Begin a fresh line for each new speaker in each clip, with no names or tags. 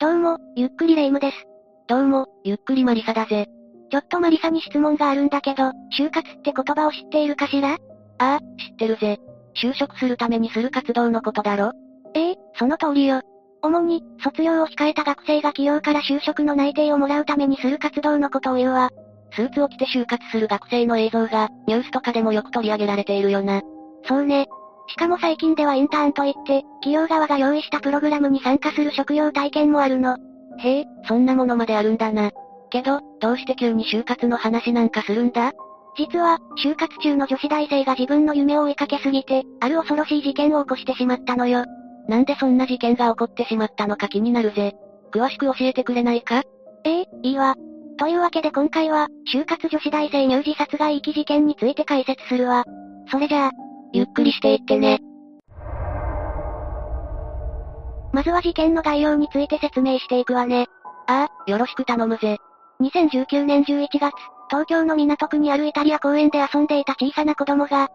どうも、ゆっくりレ夢ムです。
どうも、ゆっくりマリサだぜ。
ちょっとマリサに質問があるんだけど、就活って言葉を知っているかしら
ああ、知ってるぜ。就職するためにする活動のことだろ
ええその通りよ。主に、卒業を控えた学生が企業から就職の内定をもらうためにする活動のことを言うわ。
スーツを着て就活する学生の映像が、ニュースとかでもよく取り上げられているよな。
そうね。しかも最近ではインターンといって、企業側が用意したプログラムに参加する職業体験もあるの。
へえ、そんなものまであるんだな。けど、どうして急に就活の話なんかするんだ
実は、就活中の女子大生が自分の夢を追いかけすぎて、ある恐ろしい事件を起こしてしまったのよ。
なんでそんな事件が起こってしまったのか気になるぜ。詳しく教えてくれないか
ええ、いいわ。というわけで今回は、就活女子大生乳児殺害遺棄事件について解説するわ。それじゃあ、
ゆっくりしていってね。
まずは事件の概要について説明していくわね。
ああ、よろしく頼むぜ。
2019年11月、東京の港区にあるイタリア公園で遊んでいた小さな子供が、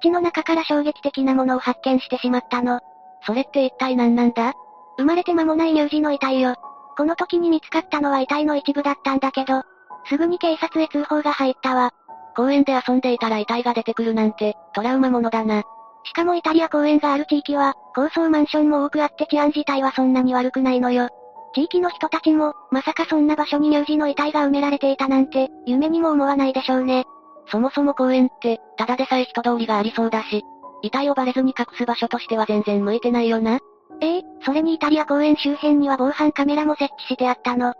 土の中から衝撃的なものを発見してしまったの。
それって一体何なんだ
生まれて間もない乳児の遺体よ。この時に見つかったのは遺体の一部だったんだけど、すぐに警察へ通報が入ったわ。
公園で遊んでいたら遺体が出てくるなんて、トラウマものだな。
しかもイタリア公園がある地域は、高層マンションも多くあって治安自体はそんなに悪くないのよ。地域の人たちも、まさかそんな場所に乳児の遺体が埋められていたなんて、夢にも思わないでしょうね。
そもそも公園って、ただでさえ人通りがありそうだし、遺体をバレずに隠す場所としては全然向いてないよな。
ええ、それにイタリア公園周辺には防犯カメラも設置してあったの。
っ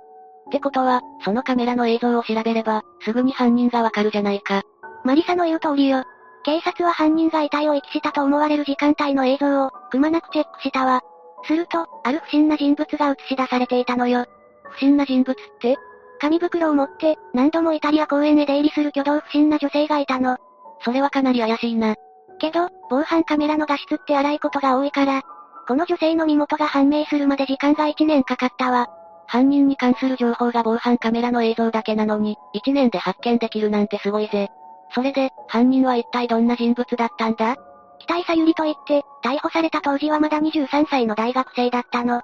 てことは、そのカメラの映像を調べれば、すぐに犯人がわかるじゃないか。
マリサの言う通りよ。警察は犯人が遺体を遺棄したと思われる時間帯の映像を、くまなくチェックしたわ。すると、ある不審な人物が映し出されていたのよ。
不審な人物って
紙袋を持って、何度もイタリア公園へ出入りする挙動不審な女性がいたの。
それはかなり怪しいな。
けど、防犯カメラの画質って荒いことが多いから、この女性の身元が判明するまで時間が1年かかったわ。
犯人に関する情報が防犯カメラの映像だけなのに、1年で発見できるなんてすごいぜ。それで、犯人は一体どんな人物だったんだ
北井さゆりと言って、逮捕された当時はまだ23歳の大学生だったの。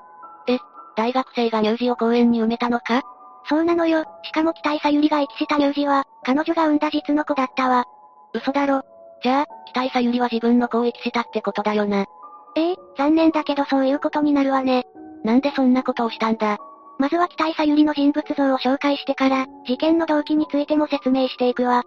え、大学生が乳児を公園に埋めたのか
そうなのよ、しかも北井さゆりが遺棄した乳児は、彼女が産んだ実の子だったわ。
嘘だろ。じゃあ、北井さゆりは自分の子を遺棄したってことだよな。
ええ、残念だけどそういうことになるわね。
なんでそんなことをしたんだ
まずは北井さゆりの人物像を紹介してから、事件の動機についても説明していくわ。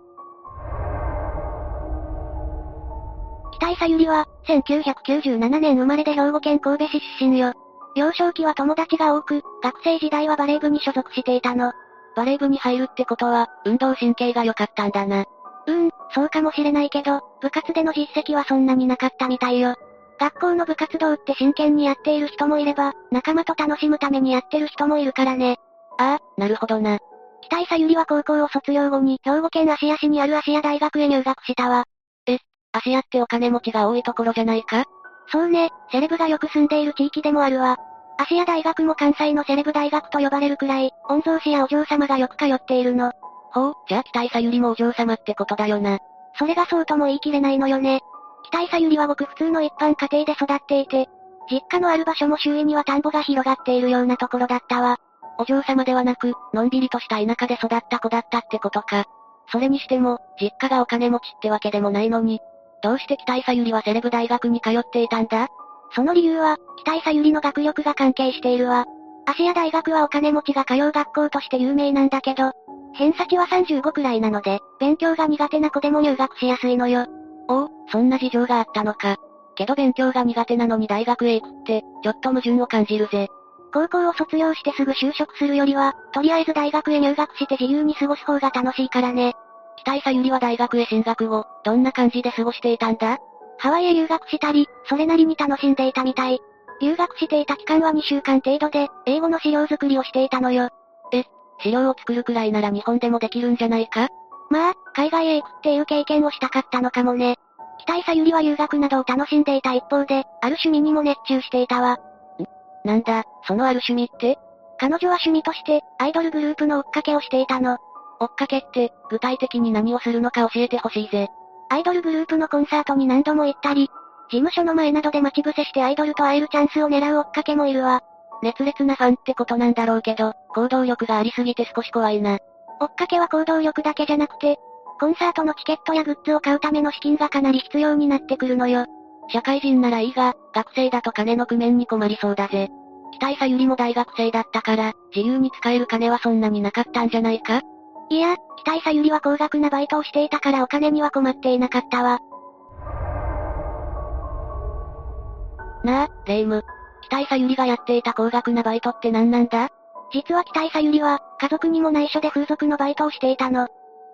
北井さゆりは、1997年生まれで兵庫県神戸市出身よ。幼少期は友達が多く、学生時代はバレー部に所属していたの。
バレー部に入るってことは、運動神経が良かったんだな。
うん、そうかもしれないけど、部活での実績はそんなになかったみたいよ。学校の部活動って真剣にやっている人もいれば、仲間と楽しむためにやってる人もいるからね。
ああ、なるほどな。
北井さゆりは高校を卒業後に兵庫県芦屋市にある芦屋大学へ入学したわ。
え、芦屋ってお金持ちが多いところじゃないか
そうね、セレブがよく住んでいる地域でもあるわ。芦屋大学も関西のセレブ大学と呼ばれるくらい、御曹司やお嬢様がよく通っているの。
ほう、じゃあ北井さゆりもお嬢様ってことだよな。
それがそうとも言い切れないのよね。北井さゆりはごく普通の一般家庭で育っていて、実家のある場所も周囲には田んぼが広がっているようなところだったわ。
お嬢様ではなく、のんびりとした田舎で育った子だったってことか。それにしても、実家がお金持ちってわけでもないのに、どうして北井さゆりはセレブ大学に通っていたんだ
その理由は、北井さゆりの学力が関係しているわ。芦屋大学はお金持ちが通う学校として有名なんだけど、偏差値は35くらいなので、勉強が苦手な子でも入学しやすいのよ。
おお、そんな事情があったのか。けど勉強が苦手なのに大学へ行くって、ちょっと矛盾を感じるぜ。
高校を卒業してすぐ就職するよりは、とりあえず大学へ入学して自由に過ごす方が楽しいからね。
北井さゆりは大学へ進学後、どんな感じで過ごしていたんだ
ハワイへ留学したり、それなりに楽しんでいたみたい。留学していた期間は2週間程度で、英語の資料作りをしていたのよ。
え、資料を作るくらいなら日本でもできるんじゃないか
まあ、海外へ行くっていう経験をしたかったのかもね。北井さゆりは留学などを楽しんでいた一方で、ある趣味にも熱中していたわ。
なんだ、そのある趣味って
彼女は趣味として、アイドルグループの追っかけをしていたの。
追っかけって、具体的に何をするのか教えてほしいぜ。
アイドルグループのコンサートに何度も行ったり、事務所の前などで待ち伏せしてアイドルと会えるチャンスを狙う追っかけもいるわ。
熱烈なファンってことなんだろうけど、行動力がありすぎて少し怖いな。
追っかけは行動力だけじゃなくて、コンサートのチケットやグッズを買うための資金がかなり必要になってくるのよ。
社会人ならいいが、学生だと金の工面に困りそうだぜ。北井さゆりも大学生だったから、自由に使える金はそんなになかったんじゃないか
いや、北井さゆりは高額なバイトをしていたからお金には困っていなかったわ。
なあ、レイム。北井さゆりがやっていた高額なバイトって何なんだ
実は北井さゆりは、家族にも内緒で風俗のバイトをしていたの。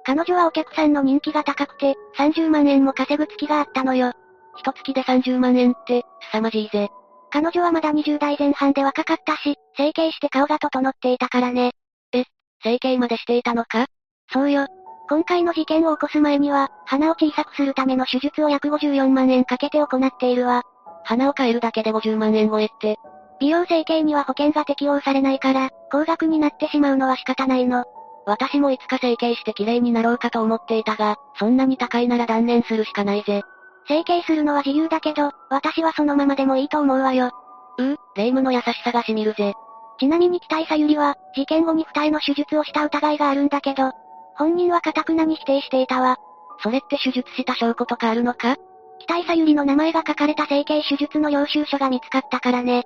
彼女はお客さんの人気が高くて、30万円も稼ぐ月があったのよ。
一月で30万円って、凄まじいぜ。
彼女はまだ20代前半で若かったし、整形して顔が整っていたからね。
え、整形までしていたのか
そうよ。今回の事件を起こす前には、鼻を小さくするための手術を約54万円かけて行っているわ。
鼻を変えるだけで50万円超えって。
美容整形には保険が適用されないから、高額になってしまうのは仕方ないの。
私もいつか整形して綺麗になろうかと思っていたが、そんなに高いなら断念するしかないぜ。
整形するのは自由だけど、私はそのままでもいいと思うわよ。
うう、霊夢の優しさがしみるぜ。
ちなみに北井さゆりは、事件後に二重の手術をした疑いがあるんだけど、本人は堅くなに否定していたわ。
それって手術した証拠とかあるのか
北井さゆりの名前が書かれた整形手術の領収書が見つかったからね。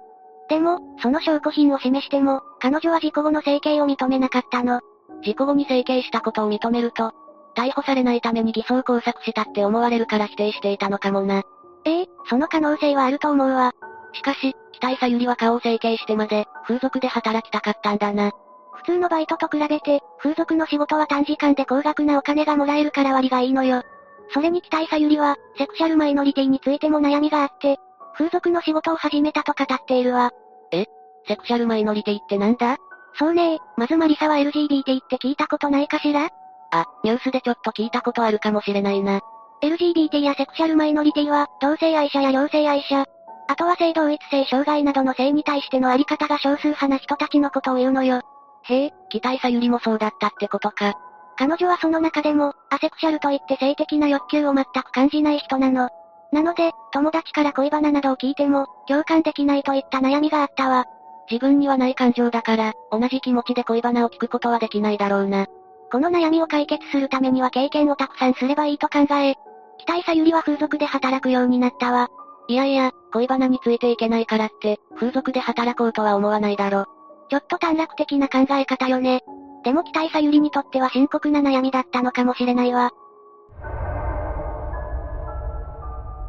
でも、その証拠品を示しても、彼女は事故後の整形を認めなかったの。
事故後に整形したことを認めると、逮捕されないために偽装工作したって思われるから否定していたのかもな。
ええその可能性はあると思うわ。
しかし、北井さゆりは顔を整形してまで、風俗で働きたかったんだな。
普通のバイトと比べて、風俗の仕事は短時間で高額なお金がもらえるから割がいいのよ。それに北井さゆりは、セクシャルマイノリティについても悩みがあって、風俗の仕事を始めたと語っているわ。
えセクシャルマイノリティってなんだ
そうねえ、まずマリサは LGBT って聞いたことないかしら
あ、ニュースでちょっと聞いたことあるかもしれないな。
LGBT やセクシャルマイノリティは、同性愛者や両性愛者、あとは性同一性障害などの性に対してのあり方が少数派な人たちのことを言うのよ。
へえ、北井さゆりもそうだったってことか。
彼女はその中でも、アセクシャルといって性的な欲求を全く感じない人なの。なので、友達から恋バナなどを聞いても、共感できないといった悩みがあったわ。
自分にはない感情だから、同じ気持ちで恋バナを聞くことはできないだろうな。
この悩みを解決するためには経験をたくさんすればいいと考え、北井さゆりは風俗で働くようになったわ。
いやいや、恋バナについていけないからって、風俗で働こうとは思わないだろ。
ちょっと短絡的な考え方よね。でも北井さゆりにとっては深刻な悩みだったのかもしれないわ。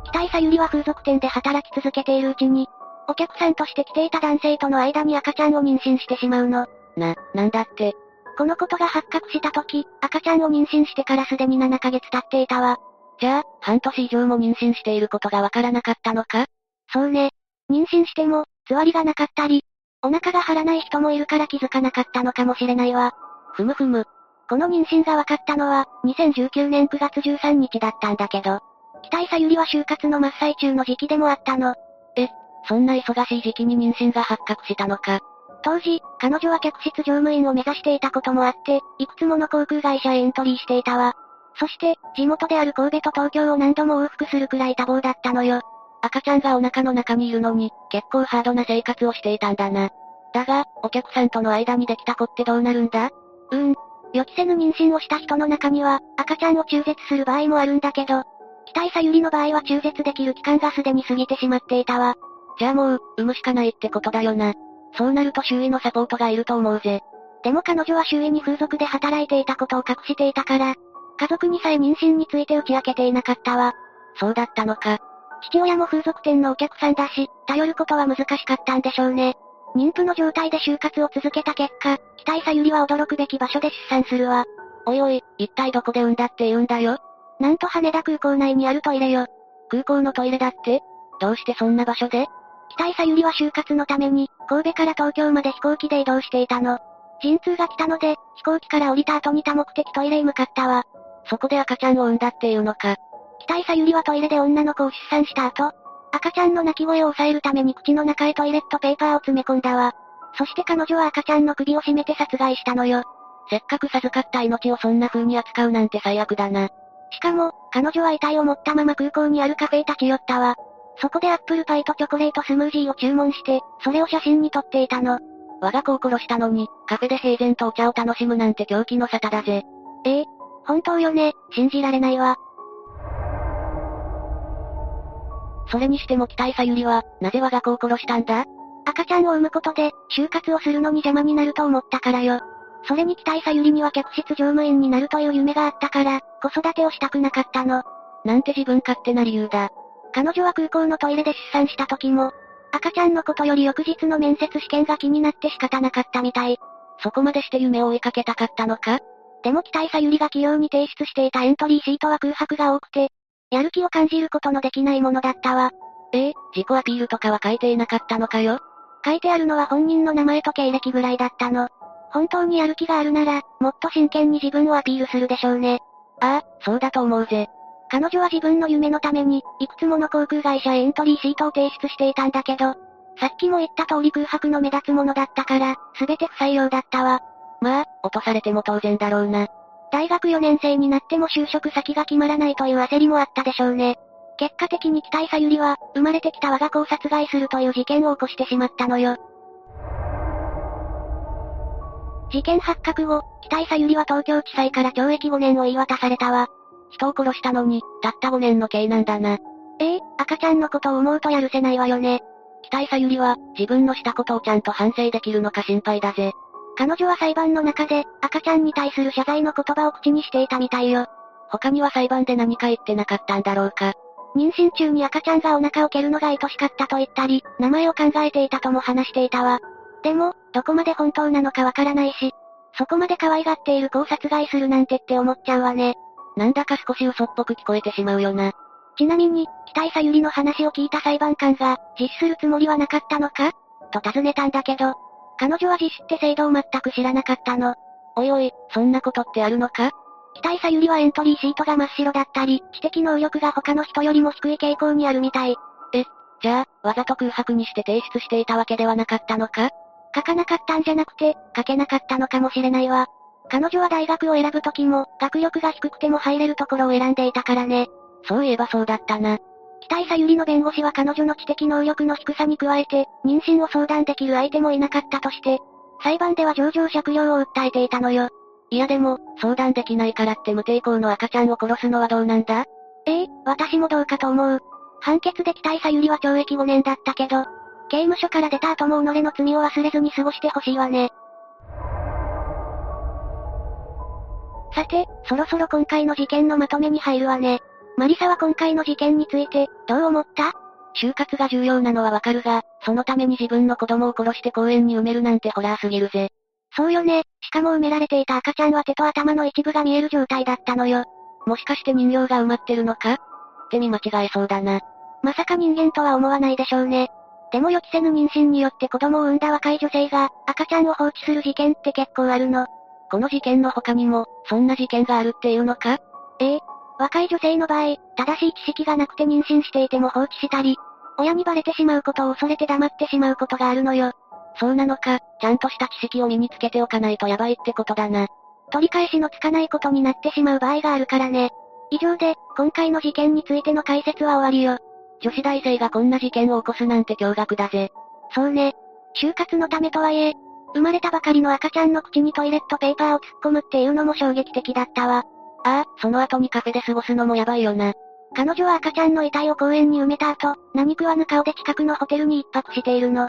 北井さゆりは風俗店で働き続けているうちに、お客さんとして来ていた男性との間に赤ちゃんを妊娠してしまうの。
な、なんだって。
このことが発覚した時、赤ちゃんを妊娠してからすでに7ヶ月経っていたわ。
じゃあ、半年以上も妊娠していることがわからなかったのか
そうね。妊娠しても、座りがなかったり、お腹が張らない人もいるから気づかなかったのかもしれないわ。
ふむふむ。
この妊娠が分かったのは、2019年9月13日だったんだけど、北井さゆりは就活の真っ最中の時期でもあったの。
え、そんな忙しい時期に妊娠が発覚したのか。
当時、彼女は客室乗務員を目指していたこともあって、いくつもの航空会社へエントリーしていたわ。そして、地元である神戸と東京を何度も往復するくらい多忙だったのよ。
赤ちゃんがお腹の中にいるのに、結構ハードな生活をしていたんだな。だが、お客さんとの間にできた子ってどうなるんだ
うーん。予期せぬ妊娠をした人の中には、赤ちゃんを中絶する場合もあるんだけど、北井さゆりの場合は中絶できる期間がすでに過ぎてしまっていたわ。
じゃあもう、産むしかないってことだよな。そうなると周囲のサポートがいると思うぜ。
でも彼女は周囲に風俗で働いていたことを隠していたから、家族にさえ妊娠について打ち明けていなかったわ。
そうだったのか。
父親も風俗店のお客さんだし、頼ることは難しかったんでしょうね。妊婦の状態で就活を続けた結果、北井さゆりは驚くべき場所で出産するわ。
おいおい、一体どこで産んだって言うんだよ。
なんと羽田空港内にあるトイレよ。
空港のトイレだってどうしてそんな場所で
北井さゆりは就活のために、神戸から東京まで飛行機で移動していたの。陣痛が来たので、飛行機から降りた後に多目的トイレへ向かったわ。
そこで赤ちゃんを産んだっていうのか。
北井さゆりはトイレで女の子を出産した後、赤ちゃんの泣き声を抑えるために口の中へトイレットペーパーを詰め込んだわ。そして彼女は赤ちゃんの首を絞めて殺害したのよ。
せっかく授かった命をそんな風に扱うなんて最悪だな。
しかも、彼女は遺体を持ったまま空港にあるカフェへ立ち寄ったわ。そこでアップルパイとチョコレートスムージーを注文して、それを写真に撮っていたの。
我が子を殺したのに、カフェで平然とお茶を楽しむなんて狂気の沙汰だぜ。
ええ本当よね、信じられないわ。
それにしても北井さゆりは、なぜ我が子を殺したんだ
赤ちゃんを産むことで、就活をするのに邪魔になると思ったからよ。それに北井さゆりには客室乗務員になるという夢があったから、子育てをしたくなかったの。
なんて自分勝手な理由だ。
彼女は空港のトイレで出産した時も、赤ちゃんのことより翌日の面接試験が気になって仕方なかったみたい。
そこまでして夢を追いかけたかったのか
でも北井さゆりが起用に提出していたエントリーシートは空白が多くて、やる気を感じることのできないものだったわ。
ええ、自己アピールとかは書いていなかったのかよ
書いてあるのは本人の名前と経歴ぐらいだったの。本当にやる気があるなら、もっと真剣に自分をアピールするでしょうね。
ああ、そうだと思うぜ。
彼女は自分の夢のために、いくつもの航空会社へエントリーシートを提出していたんだけど、さっきも言った通り空白の目立つものだったから、すべて不採用だったわ。
まあ、落とされても当然だろうな。
大学4年生になっても就職先が決まらないという焦りもあったでしょうね。結果的に北井さゆりは、生まれてきた我が子を殺害するという事件を起こしてしまったのよ。事件発覚後、北井さゆりは東京地裁から懲役5年を言い渡されたわ。
人を殺したのに、たった5年の刑なんだな。
ええ赤ちゃんのことを思うとやるせないわよね。
北井さゆりは、自分のしたことをちゃんと反省できるのか心配だぜ。
彼女は裁判の中で、赤ちゃんに対する謝罪の言葉を口にしていたみたいよ。
他には裁判で何か言ってなかったんだろうか。
妊娠中に赤ちゃんがお腹を蹴るのが愛しかったと言ったり、名前を考えていたとも話していたわ。でも、どこまで本当なのかわからないし、そこまで可愛がっている子を殺害するなんてって思っちゃうわね。
なんだか少し嘘っぽく聞こえてしまうよな。
ちなみに、北井さゆりの話を聞いた裁判官が、実施するつもりはなかったのかと尋ねたんだけど、彼女は実施って制度を全く知らなかったの。
おいおい、そんなことってあるのか
北井さゆりはエントリーシートが真っ白だったり、知的能力が他の人よりも低い傾向にあるみたい。
じゃあ、わざと空白にして提出していたわけではなかったのか
書かなかったんじゃなくて、書けなかったのかもしれないわ。彼女は大学を選ぶ時も、学力が低くても入れるところを選んでいたからね。
そういえばそうだったな。
北井さゆりの弁護士は彼女の知的能力の低さに加えて、妊娠を相談できる相手もいなかったとして、裁判では情状酌量を訴えていたのよ。
いやでも、相談できないからって無抵抗の赤ちゃんを殺すのはどうなんだ
ええ私もどうかと思う。判決で北井さゆりは懲役5年だったけど、刑務所から出た後も己の罪を忘れずに過ごしてほしいわね。さて、そろそろ今回の事件のまとめに入るわね。マリサは今回の事件について、どう思った
就活が重要なのはわかるが、そのために自分の子供を殺して公園に埋めるなんてホラーすぎるぜ。
そうよね。しかも埋められていた赤ちゃんは手と頭の一部が見える状態だったのよ。
もしかして人形が埋まってるのかって見間違えそうだな。
まさか人間とは思わないでしょうね。でも予期せぬ妊娠によって子供を産んだ若い女性が、赤ちゃんを放置する事件って結構あるの。
この事件の他にも、そんな事件があるっていうのか
若い女性の場合、正しい知識がなくて妊娠していても放置したり、親にバレてしまうことを恐れて黙ってしまうことがあるのよ。
そうなのか、ちゃんとした知識を身につけておかないとやばいってことだな。
取り返しのつかないことになってしまう場合があるからね。以上で、今回の事件についての解説は終わりよ。
女子大生がこんな事件を起こすなんて驚愕だぜ。
そうね。就活のためとはいえ、生まれたばかりの赤ちゃんの口にトイレットペーパーを突っ込むっていうのも衝撃的だったわ。
ああ、その後にカフェで過ごすのもやばいよな。
彼女は赤ちゃんの遺体を公園に埋めた後、何食わぬ顔で近くのホテルに一泊しているの。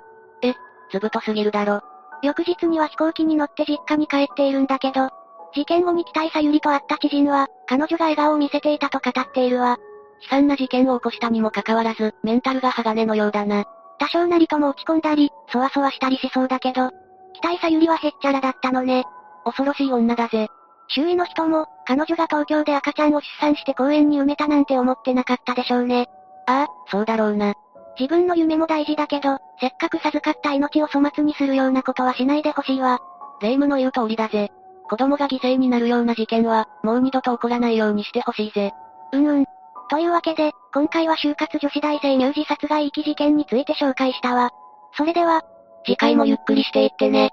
ずぶとすぎるだろ。
翌日には飛行機に乗って実家に帰っているんだけど、事件後に北井さゆりと会った知人は、彼女が笑顔を見せていたと語っているわ。
悲惨な事件を起こしたにもかかわらず、メンタルが鋼のようだな。
多少なりとも落ち込んだり、そわそわしたりしそうだけど、北井さゆりはへっちゃらだったのね。
恐ろしい女だぜ。
周囲の人も、彼女が東京で赤ちゃんを出産して公園に埋めたなんて思ってなかったでしょうね。
ああ、そうだろうな。
自分の夢も大事だけど、せっかく授かった命を粗末にするようなことはしないでほしいわ。
霊夢の言う通りだぜ。子供が犠牲になるような事件は、もう二度と起こらないようにしてほしいぜ。
うんうん。というわけで、今回は就活女子大生乳児殺害遺棄事件について紹介したわ。それでは、
次回もゆっくりしていってね。